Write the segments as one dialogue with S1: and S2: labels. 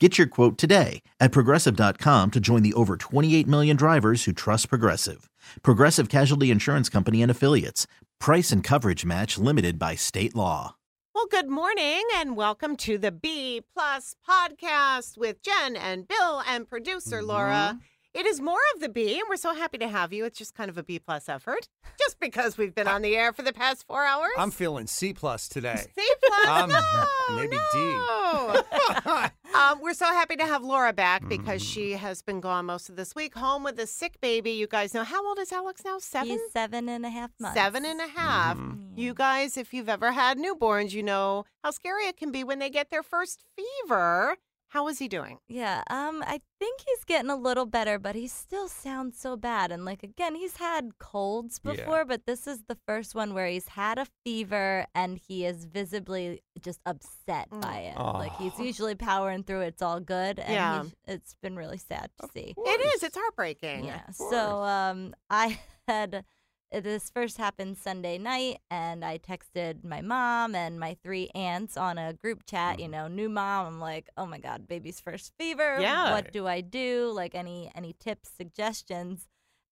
S1: Get your quote today at progressive.com to join the over 28 million drivers who trust Progressive. Progressive Casualty Insurance Company and Affiliates. Price and coverage match limited by state law.
S2: Well, good morning and welcome to the B Plus podcast with Jen and Bill and producer Laura.
S3: Mm-hmm.
S2: It is more of the B, and we're so happy to have you. It's just kind of a B plus effort, just because we've been on the air for the past four hours.
S3: I'm feeling C plus today.
S2: C plus,
S3: I'm
S2: no,
S3: maybe
S2: no. um, we're so happy to have Laura back because
S3: Mm-hmm.
S2: she has been gone most of this week, home with a sick baby. You guys know how old is Alex now? Seven.
S4: He's seven and a half months.
S2: Seven and a half.
S3: Mm-hmm.
S2: You guys, if you've ever had newborns, you know how scary it can be when they get their first fever. How is he doing?
S4: Yeah. Um, I think he's getting a little better, but he still sounds so bad. And like again, he's had colds
S3: Yeah.
S4: before, but this is the first one where he's had a fever and he is visibly just upset
S2: Mm.
S4: by it. Like he's usually powering through. It's all good. And
S2: Yeah.
S4: he's- it's been really sad to see.
S2: It is. It's heartbreaking.
S4: Yeah. So um, I had this first happened Sunday night, and I texted my mom and my three aunts on a group chat.
S2: Mm-hmm.
S4: You know, new mom. I'm like, oh my god, baby's first fever.
S2: Yeah.
S4: What do I do? Like any any tips, suggestions?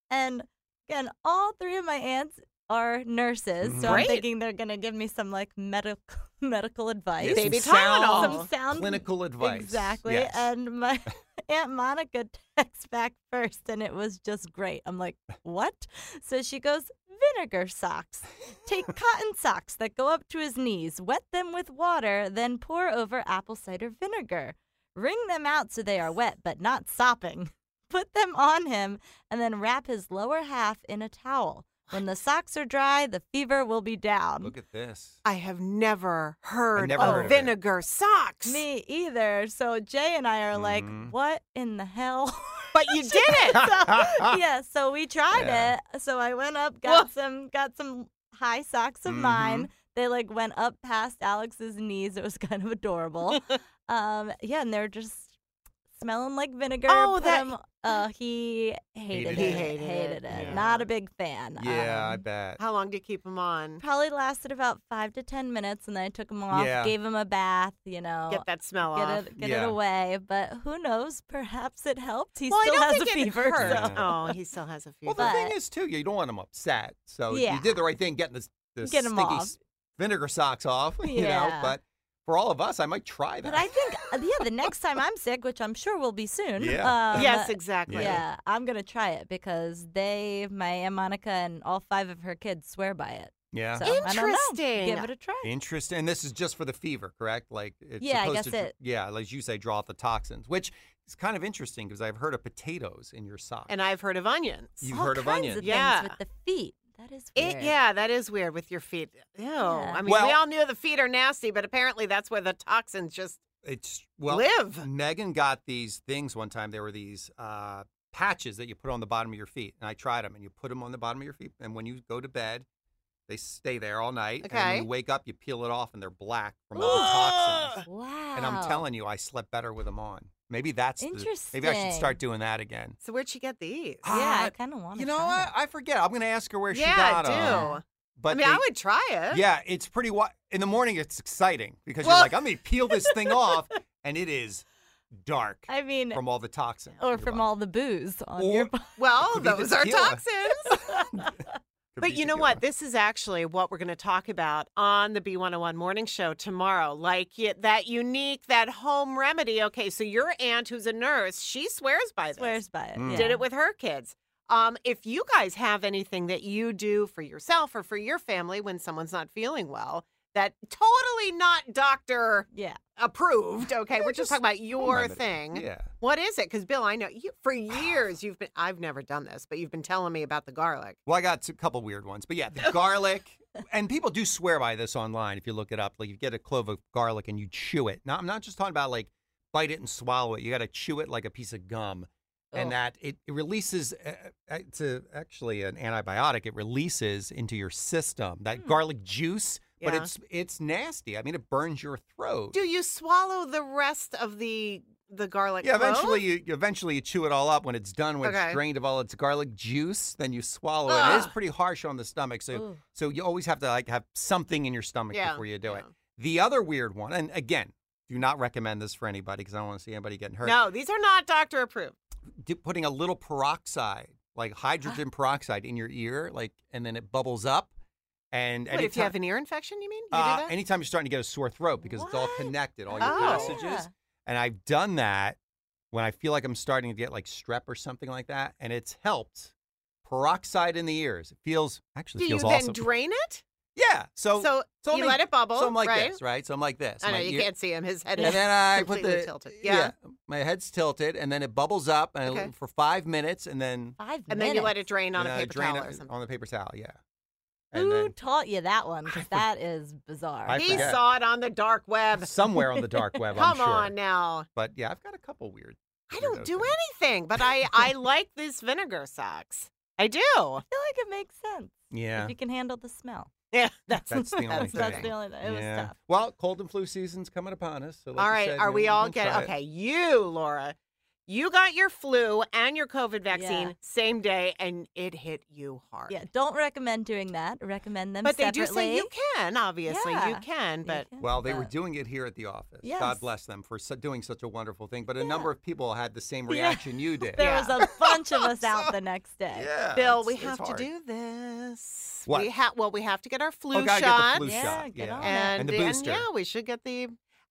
S4: And again, all three of my aunts are nurses, so
S2: Great.
S4: I'm thinking they're gonna give me some like medical medical advice.
S2: Baby
S3: Some sound-
S2: Tylenol.
S4: Some sound
S3: clinical advice.
S4: Exactly.
S3: Yes.
S4: And my Aunt Monica texts back first, and it was just great. I'm like, what? So she goes, vinegar socks. Take cotton socks that go up to his knees, wet them with water, then pour over apple cider vinegar. Wring them out so they are wet but not sopping. Put them on him, and then wrap his lower half in a towel. When the socks are dry, the fever will be down.
S3: Look at this.
S2: I have never heard
S3: never
S2: of
S3: heard of it.
S2: vinegar socks.
S4: Me either. So Jay and I are like,
S3: Mhm.
S4: what in the hell?
S2: But you did it.
S4: so, yeah, so we tried
S3: Yeah.
S4: it. So I went up, got some, got some high socks of mine. They like went up past Alex's knees. It was kind of adorable. um, yeah, and they're just smelling like vinegar.
S2: Oh,
S4: Put
S2: that-
S4: him- uh, he
S3: Hated
S4: hated it.
S3: it.
S4: He hated, it. Not a big fan.
S3: Yeah, I
S4: Um,
S3: bet.
S2: How long do you keep him on?
S4: Probably lasted about five to ten minutes, and then I took him off,
S3: Yeah.
S4: gave him a bath. You know,
S2: Get that smell
S4: get
S2: off.
S4: it get
S3: Yeah.
S4: it away. But who knows? Perhaps it helped. He
S2: well,
S4: still
S2: I don't
S4: has
S2: think
S4: a
S2: it
S4: fever.
S2: hurt.
S4: So.
S2: Oh, he still has a fever.
S3: well, the thing
S4: but-
S3: is too, you don't want them upset. So
S4: Yeah.
S3: you did the right thing getting the, the
S4: Get 'em
S3: stinky
S4: off.
S3: s- vinegar socks off. You know,
S4: Yeah.
S3: but for all of us, I might try that.
S4: But I think uh, yeah, the next time I'm sick, which I'm sure will be soon.
S3: Yeah.
S4: Um,
S2: yes, exactly.
S4: Yeah, I'm gonna try it because they, my aunt Monica, and all five of her kids swear by it.
S3: yeah.
S4: So I don't know.
S2: Interesting.
S4: Give it a try.
S3: Interesting. And this is just for the fever, correct? Like it's
S4: Yeah, I
S3: supposed
S4: guess
S3: to, dr-
S4: it-
S3: yeah, like you say, draw out the toxins, which is kind of interesting because I've heard of potatoes in your sock.
S2: And I've heard of onions.
S3: You've
S4: all
S3: heard of
S4: kinds
S3: onions.
S4: Of
S2: Yeah.
S4: things with the feet. That is weird.
S2: It, yeah, that is weird with your feet. Ew. I mean, we
S3: Well-
S2: all knew the feet are nasty, but apparently that's where the toxins just.
S3: It's well,
S2: Live.
S3: Megan got these things one time. They were these uh, patches that you put on the bottom of your feet, and I tried them. And you put them on the bottom of your feet, and when you go to bed, they stay there all night. And
S2: Okay.
S3: when you wake up, you peel it off, and they're black from all the toxins.
S4: Wow.
S3: And I'm telling you, I slept better with them on. Maybe that's the- maybe I should
S4: Interesting.
S3: start doing that again.
S2: So where'd she get these?
S4: Yeah, I
S3: Ah,
S4: kind of want to.
S3: You know what? I forget. I'm gonna ask her where she
S2: yeah,
S3: got
S2: do.
S3: them. But
S2: I mean,
S3: they-
S2: I would try it.
S3: yeah, it's pretty. Wa- in the morning, it's exciting because
S2: Well-
S3: you're like, I'm gonna peel this thing off, and it is dark
S4: I mean,
S3: from all the toxins. in
S4: or
S3: your
S4: from
S3: body.
S4: all the booze on your
S3: Or-
S4: body.
S2: Well,
S3: Could be the
S2: those are
S3: tequila.
S2: toxins.
S3: Could
S2: But you know what? This is actually what we're going to talk about on the B101 morning show tomorrow. Like y- that unique, that home remedy. Okay, so your aunt, who's a nurse, she swears by this.
S4: Swears by it.
S3: Mm.
S4: yeah.
S2: Did it with her kids. Um, if you guys have anything that you do for yourself or for your family when someone's not feeling well, that totally not doctor
S4: Yeah.
S2: approved. Okay, we're just
S3: just
S2: talking about your
S3: remedy.
S2: thing.
S3: Yeah.
S2: What is it? Because Bill, I know you for years you've been. I've never done this, but you've been telling me about the garlic.
S3: Well, I got a couple weird ones, but yeah, the garlic, and people do swear by this online. If you look it up, like you get a clove of garlic and you chew it. Now, I'm not just talking about like bite it and swallow it. You got to chew it like a piece of gum,
S4: Ugh.
S3: and that it, it releases. uh, uh, It's a, actually an antibiotic. It releases into your system that garlic juice, but
S2: Yeah.
S3: it's it's nasty. I mean, it burns your throat.
S2: Do you swallow the rest of the the garlic?
S3: yeah,
S2: clove?
S3: eventually you you- eventually you chew it all up when it's done, when
S2: Okay.
S3: it's drained of all its garlic juice. Then you swallow it. It is
S2: Ugh.
S3: pretty harsh on the stomach, so
S4: Ooh.
S3: so you always have to like have something in your stomach
S2: Yeah,
S3: before you do it.
S2: yeah.
S3: The other weird one, and again, do not recommend this for anybody because I don't want to see anybody getting hurt.
S2: No, these are not doctor approved.
S3: D- putting a little peroxide, like hydrogen peroxide, in your ear, like, and then it bubbles up. And
S2: What if you
S3: anytime-
S2: have an ear infection? You mean you
S3: uh,
S2: do that?
S3: anytime you're starting to get a sore throat because it's all
S4: What?
S3: connected, all your
S2: Oh.
S3: passages.
S4: Yeah.
S3: And I've done that when I feel like I'm starting to get like strep or something like that, and it's helped. Peroxide in the ears. It feels actually
S2: do you
S3: feels
S2: then
S3: awesome.
S2: drain it?
S3: yeah. So
S2: So
S3: so
S2: you
S3: I'm
S2: let it bubble,
S3: So I'm like
S2: right?
S3: this, right? So I'm like this.
S2: I know
S3: My
S2: you
S3: ear-
S2: can't see him. His head is
S3: And then I put
S2: completely
S3: the
S2: tilted. Yeah.
S3: my head's tilted, and then it bubbles up and
S2: Okay.
S3: for five minutes, and then
S4: Five
S2: and then you let it
S4: minutes.
S2: drain on
S3: then
S2: a
S3: I
S2: paper
S3: drain
S2: towel
S3: it
S2: or something.
S3: on the paper towel. Yeah. And
S4: Who
S3: then
S4: taught you that one? 'Cause
S3: I for-
S4: That is bizarre.
S3: I
S2: he
S3: forget.
S2: saw it on the dark web.
S3: somewhere on the dark web. I'm
S2: Come
S3: sure.
S2: on now.
S3: But yeah, I've got a couple weird.
S2: I don't
S3: weirdo
S2: do
S3: things.
S2: anything, but I I like this vinegar socks. I do.
S4: I feel like it makes sense.
S3: Yeah.
S4: If you can handle the smell.
S2: Yeah,
S3: That's the only
S4: That's, that's the
S3: thing.
S4: only thing. It
S3: yeah.
S4: was tough.
S3: Well, cold and flu season's coming upon us. So like
S2: all
S3: you
S2: right.
S3: said,
S2: Are
S3: you
S2: we
S3: know,
S2: all
S3: we'll try
S2: getting
S3: it.
S2: okay? You, Laura, you got your flu and your COVID vaccine
S4: Yeah.
S2: same day, and it hit you hard.
S4: Yeah, don't recommend doing that. Recommend them
S2: but they
S4: separately.
S2: do say you can. Obviously, you
S4: Yeah.
S2: can.
S4: You
S2: But
S4: can,
S3: Well, they were
S4: but-
S3: doing it here at the office.
S4: Yes.
S3: God bless them for su- doing such a wonderful thing. But a
S4: Yeah.
S3: number of people had the same
S4: Yeah.
S3: reaction you did.
S4: There
S2: Yeah.
S4: was a bunch of us out
S3: So-
S4: the next day.
S3: Yeah.
S2: Bill,
S3: Oh, it's-
S2: we
S3: it's
S2: have to
S3: hard.
S2: do this.
S3: What?
S2: We have well, we have to get our flu
S3: oh, gotta
S2: shot.
S3: Get the flu
S4: Yeah,
S3: shot.
S4: get
S3: yeah.
S4: on it.
S2: and,
S3: And the booster.
S2: yeah, we should get the.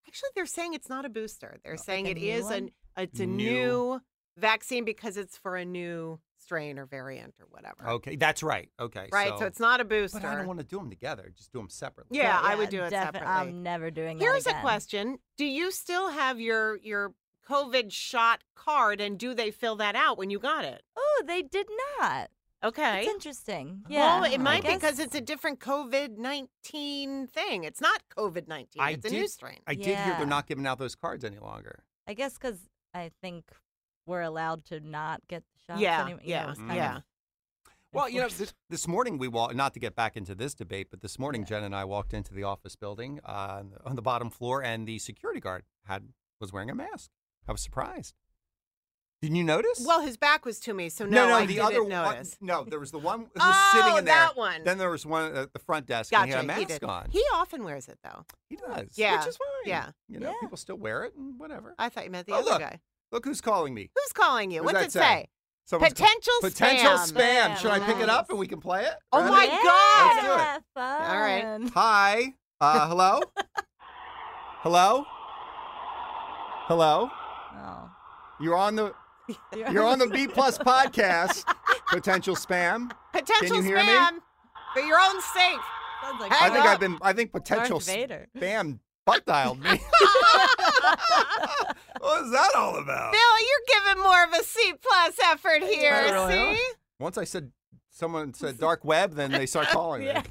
S2: Actually, they're saying it's not a booster. They're
S4: Like
S2: saying
S4: a
S2: it
S4: new
S2: is
S4: one?
S2: an it's a new.
S3: New.
S2: vaccine because it's for a new strain or variant or whatever.
S3: Okay, that's right. Okay,
S2: Right, so, it's not a booster.
S3: But I don't want to do them together. Just do them separately.
S2: Yeah, I would do it
S4: defi-
S2: separately.
S4: I'm never doing
S2: Here's
S4: that.
S2: a
S4: again.
S2: question: Do you still have your your COVID shot card, and do they fill that out when you got it?
S4: Oh, they did not.
S2: Okay.
S4: It's interesting. Yeah.
S2: Well, it
S4: I
S2: might be
S4: guess-
S2: because it's a different COVID nineteen thing. It's not COVID nineteen.
S3: I
S2: It's a
S3: did-
S2: new strain.
S3: I did hear
S4: Yeah.
S3: they're not giving out those cards any longer.
S4: I guess because I think we're allowed to not get the shots.
S2: Yeah,
S4: anymore.
S2: yeah, yeah.
S3: Well, you know, this, this morning we walked, not to get back into this debate, but this morning Jen and I walked into the office building uh, on the bottom floor, and the security guard had was wearing a mask. I was surprised. Didn't you notice?
S2: Well, his back was to me, so no,
S3: no,
S2: I
S3: the
S2: didn't
S3: other one.
S2: notice.
S3: No, there was the one who was
S2: Oh,
S3: sitting in there.
S2: that one.
S3: Then there was one at the front desk, and he
S2: Gotcha.
S3: had a mask
S2: did.
S3: on.
S2: He often wears it though.
S3: He does.
S2: Yeah,
S3: Which is fine.
S2: yeah.
S3: You know,
S4: Yeah.
S3: people still wear it and whatever.
S2: I thought you meant the
S3: Oh,
S2: other
S3: look.
S2: guy.
S3: Look who's calling me.
S2: Who's calling you?
S3: What
S2: What's
S3: does
S2: it
S3: that say?
S2: say?
S3: Someone's ca-
S2: Potential
S3: Potential
S2: spam.
S3: spam.
S4: Spam,
S3: Should I pick it
S4: nice.
S3: up and we can play it?
S2: Oh my
S3: Ready?
S2: God.
S3: Let's do it.
S4: All
S2: right.
S3: Hi. Uh, hello? hello? Hello?
S4: Oh.
S3: You're on the you're on the B plus podcast. Potential spam.
S2: Potential
S3: Can you hear me?
S2: spam for your own sake.
S4: Sounds like
S3: I
S2: Hang
S3: think
S2: up.
S3: I've been I think potential
S4: Darth Vader.
S3: spam butt dialed me. what is that all about?
S2: Bill, you're giving more of a C plus effort here.
S4: I really
S2: see?
S3: Once I said someone said dark web, then they start calling me.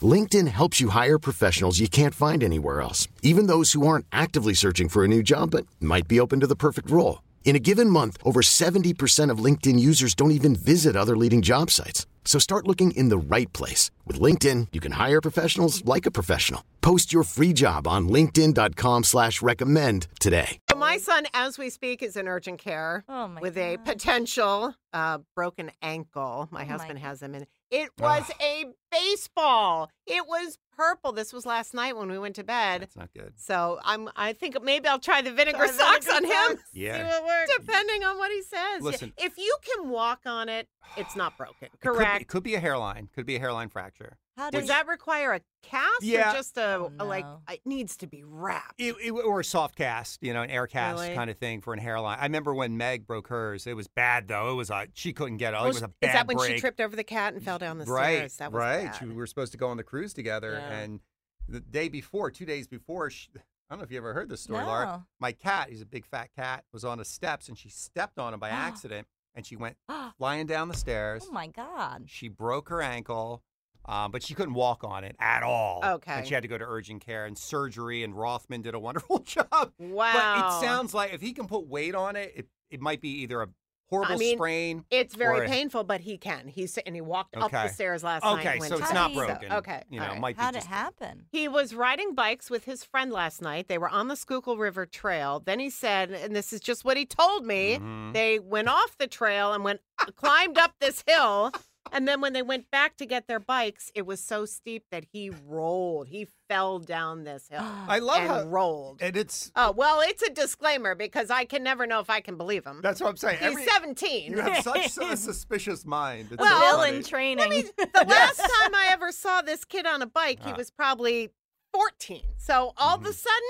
S5: LinkedIn helps you hire professionals you can't find anywhere else, even those who aren't actively searching for a new job but might be open to the perfect role. In a given month, over 70% of LinkedIn users don't even visit other leading job sites. So start looking in the right place. With LinkedIn, you can hire professionals like a professional. Post your free job on linkedin.com/recommend slash recommend today.
S3: Oh.
S2: So my son, as we speak, is in urgent care
S4: Oh my
S2: with a
S4: God.
S2: potential uh, broken ankle. My
S4: Oh my
S2: husband
S4: God.
S2: has him, and it was a baseball. It was purple. This was last night when we went to bed.
S3: That's not good.
S2: So I'm. I think maybe I'll try the vinegar
S4: Try vinegar
S2: socks on him.
S4: socks.
S3: Yeah.
S4: See what works.
S2: Depending on what he says. Yeah.
S3: Listen.
S2: if you can walk on it, it's not broken.
S3: It could be-
S2: Correct.
S3: It could be, a hairline. Could be a hairline fracture.
S4: How
S2: Does that require a cast
S3: Yeah.
S2: or just a,
S4: Oh,
S2: a, like
S4: no.
S2: it needs to be wrapped?
S3: It, it- or a soft cast, you know, an air cast
S2: Really?
S3: kind of thing for an hairline. I remember when Meg broke hers. It was bad though. It was a she couldn't get it.
S2: Oh,
S3: it was
S2: sh-
S3: a
S2: is
S3: bad
S2: that when she
S3: break.
S2: tripped over the cat and fell down the
S3: right,
S2: stairs? That was
S3: right.
S2: bad.
S3: She- we were supposed to go on the cruise together,
S2: Yeah.
S3: and the day before, two days before, she, I don't know if you ever heard this story,
S4: No.
S3: Laura. My cat, he's a big fat cat, was on the steps, and she stepped on him by accident, and she went
S4: oh
S3: flying down the stairs.
S4: my god.
S3: She broke her ankle, um, but she couldn't walk on it at all.
S2: Okay.
S3: And she had to go to urgent care and surgery, and Rothman did a wonderful job.
S2: Wow.
S3: But it sounds like if he can put weight on it, it, it might be either a horrible
S2: mean,
S3: sprain.
S2: It's very
S3: or a-
S2: painful, but he can. He's and he walked up the
S3: Okay.
S2: stairs last night.
S3: Okay,
S2: and went
S3: so it's
S2: to-
S4: down.
S3: not
S4: So-
S3: broken.
S2: okay,
S3: You know,
S2: all
S3: it
S2: right.
S3: might be
S4: How'd it
S3: just-
S4: happen?
S2: He was riding bikes with his friend last night. They were on the Schuylkill River Trail. Then he said, and this is just what he told me.
S3: Mhm.
S2: They went off the trail and went climbed up this hill. And then when they went back to get their bikes, it was so steep that he rolled. He fell down this hill
S3: I love
S2: and
S3: how
S2: rolled.
S3: And it's
S2: Oh, well, it's a disclaimer because I can never know if I can believe him.
S3: that's what I'm saying.
S2: He's
S3: Every-
S2: 17.
S3: you have such a suspicious mind. It's
S2: Well-
S3: so
S4: Bill
S3: funny.
S4: in training.
S2: The last time I ever saw this kid on a bike, he
S3: Ah.
S2: was probably 14. So all of a sudden,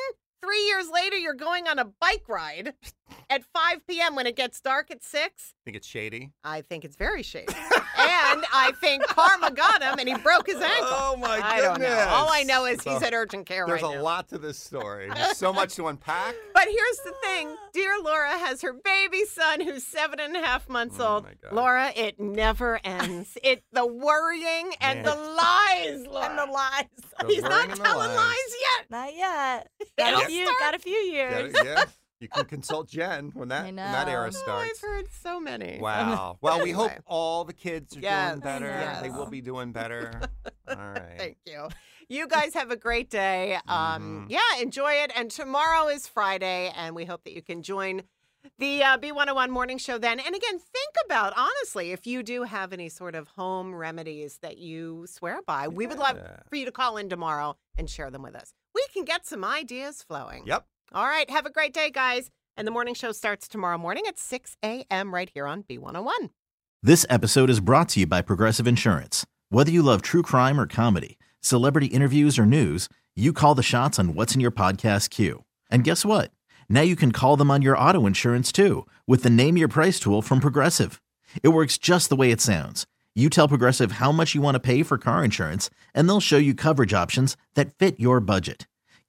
S2: three years later, you're going on a bike ride at 5 p.m. when it gets dark at 6.
S3: think it's shady.
S2: I think it's very shady. and I think karma got him and he broke his ankle.
S3: Oh, my
S2: I don't know.
S3: goodness.
S2: All I know is he's
S3: So,
S2: at urgent care
S3: There's
S2: right
S3: a
S2: now.
S3: lot to this story. There's so much to unpack.
S2: But here's the thing Dear Laura has her baby son who's seven and a half months
S3: Oh,
S2: old.
S3: my God.
S2: Laura, it never ends. It The worrying and the
S3: Man.
S2: lies, Laura.
S4: and the lies.
S3: The
S2: He's
S3: learning
S2: not
S3: and the
S2: telling lies.
S3: lies.
S2: yet.
S4: Not yet.
S2: It'll
S4: Got a few,
S2: start.
S4: got a few
S3: Yeah,
S4: years.
S3: yeah. You can consult Jen when that
S4: I
S3: when that
S4: know. Oh,
S3: era
S4: I've
S2: Oh, I've
S3: starts.
S2: heard so many.
S3: Wow. Well, we hope
S2: Anyway.
S3: all the kids are
S2: Yes,
S3: doing better.
S4: yes.
S3: They will be doing better. All right.
S2: Thank you. You guys have a great day. Um,
S3: Mhm.
S2: Yeah, enjoy it. And tomorrow is Friday, and we hope that you can join the uh, B101 morning show then. And again, think about, honestly, if you do have any sort of home remedies that you swear by, we would love
S3: Yeah.
S2: for you to call in tomorrow and share them with us. We can get some ideas flowing.
S3: Yep.
S2: All right. Have a great day, guys. And the morning show starts tomorrow morning at 6 a.m. right here on B101.
S1: This episode is brought to you by Progressive Insurance. Whether you love true crime or comedy, celebrity interviews or news, you call the shots on what's in your podcast queue. And guess what? Now you can call them on your auto insurance too with the Name Your Price tool from Progressive. It works just the way it sounds. You tell Progressive how much you want to pay for car insurance, and they'll show you coverage options that fit your budget.